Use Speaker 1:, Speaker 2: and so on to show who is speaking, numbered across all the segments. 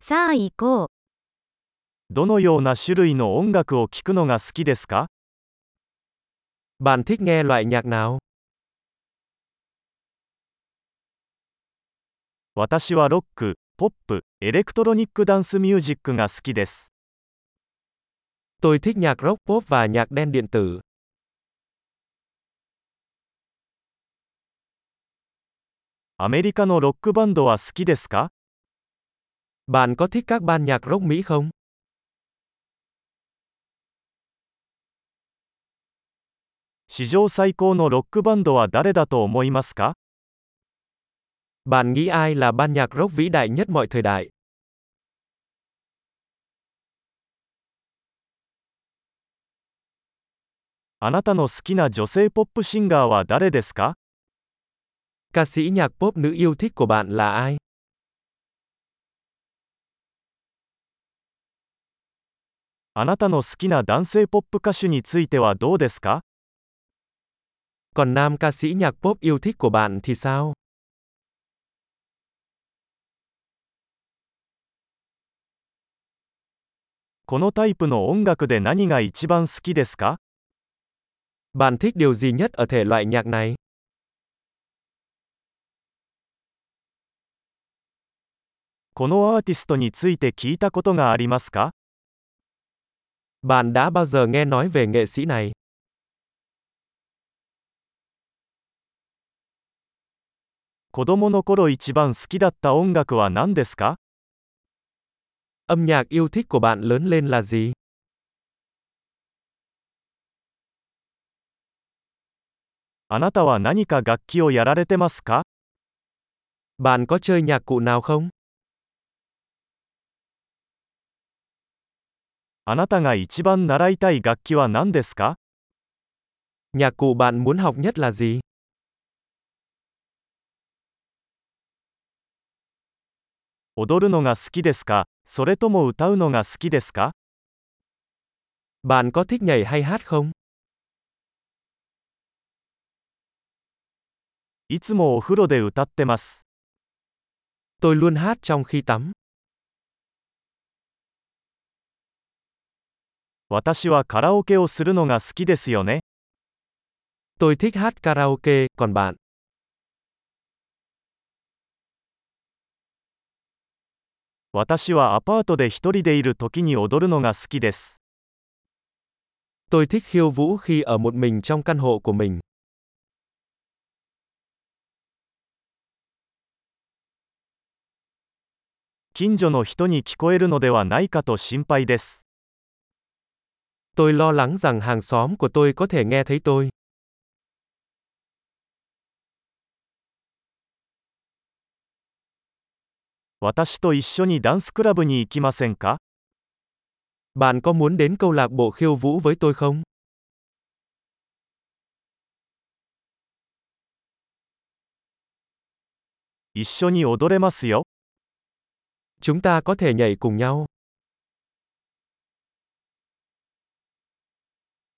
Speaker 1: さあ行こう。
Speaker 2: どのような種類の音楽を聴くのが好きですか
Speaker 3: Bạn thích nghe loại nhạc nào?
Speaker 2: 私はロック、ポップ、エレクトロニックダンスミュージックが好きです。
Speaker 3: Tôi thích nhạc rock pop và nhạc đen điện tử.
Speaker 2: アメリカのロックバンドは好きですか
Speaker 3: Bạn có thích các ban nhạc rock Mỹ không?
Speaker 2: 史上最高のロックバンドは誰だと思いますか
Speaker 3: Bạn nghĩ ai là ban nhạc rock vĩ đại nhất mọi thời đại?
Speaker 2: あなたの好きな女性ポップシンガーは誰ですか
Speaker 3: Ca sĩ nhạc pop nữ yêu thích của bạn là ai?
Speaker 2: あなたの好きな男性ポップ歌手についてはどうですか
Speaker 3: Còn nam ca sĩ nhạc pop yêu thích của bạn thì sao?
Speaker 2: このタイプの音楽で何が一番好きですか
Speaker 3: Bạn thích điều gì nhất ở thể loại nhạc này?
Speaker 2: このアーティストについて聞いたことがありますか
Speaker 3: Bạn đã bao giờ nghe nói về nghệ sĩ này?
Speaker 2: 子供の頃一番好きだった音楽は何ですか
Speaker 3: Âm nhạc yêu thích của bạn lớn lên là gì?
Speaker 2: あなたは何か楽器をやられてますか
Speaker 3: Bạn có chơi nhạc cụ nào không?
Speaker 2: あなたが一番習いたい楽器は何ですか
Speaker 3: Nhạc cụ bạn muốn học nhất là gì?
Speaker 2: 踊るのが好きですかそれとも歌うのが好きですか
Speaker 3: Bạn có thích nhảy hay hát không?
Speaker 2: いつもお風呂で歌ってます。
Speaker 3: Tôi luôn hát trong khi tắm.
Speaker 2: 私はカラオケをするのが好きですよね。
Speaker 3: Tôi thích hát karaoke, còn bạn?
Speaker 2: 私はアパートで一人でいる時に踊るのが好きです。
Speaker 3: Tôi thích khiêu vũ khi ở một mình trong căn hộ của mình.
Speaker 2: 近所の人に聞こえるのではないかと心配です。
Speaker 3: Tôi lo lắng rằng hàng xóm của tôi có thể nghe thấy tôi.
Speaker 2: 私と一緒にダンスクラブに行きませんか
Speaker 3: Bạn có muốn đến câu lạc bộ khiêu vũ với tôi không?
Speaker 2: 一緒に踊れますよ。
Speaker 3: Chúng ta có thể nhảy cùng nhau.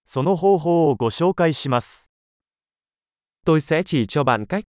Speaker 2: その方法をご紹介します。
Speaker 3: Tôi sẽ chỉ cho bạn cách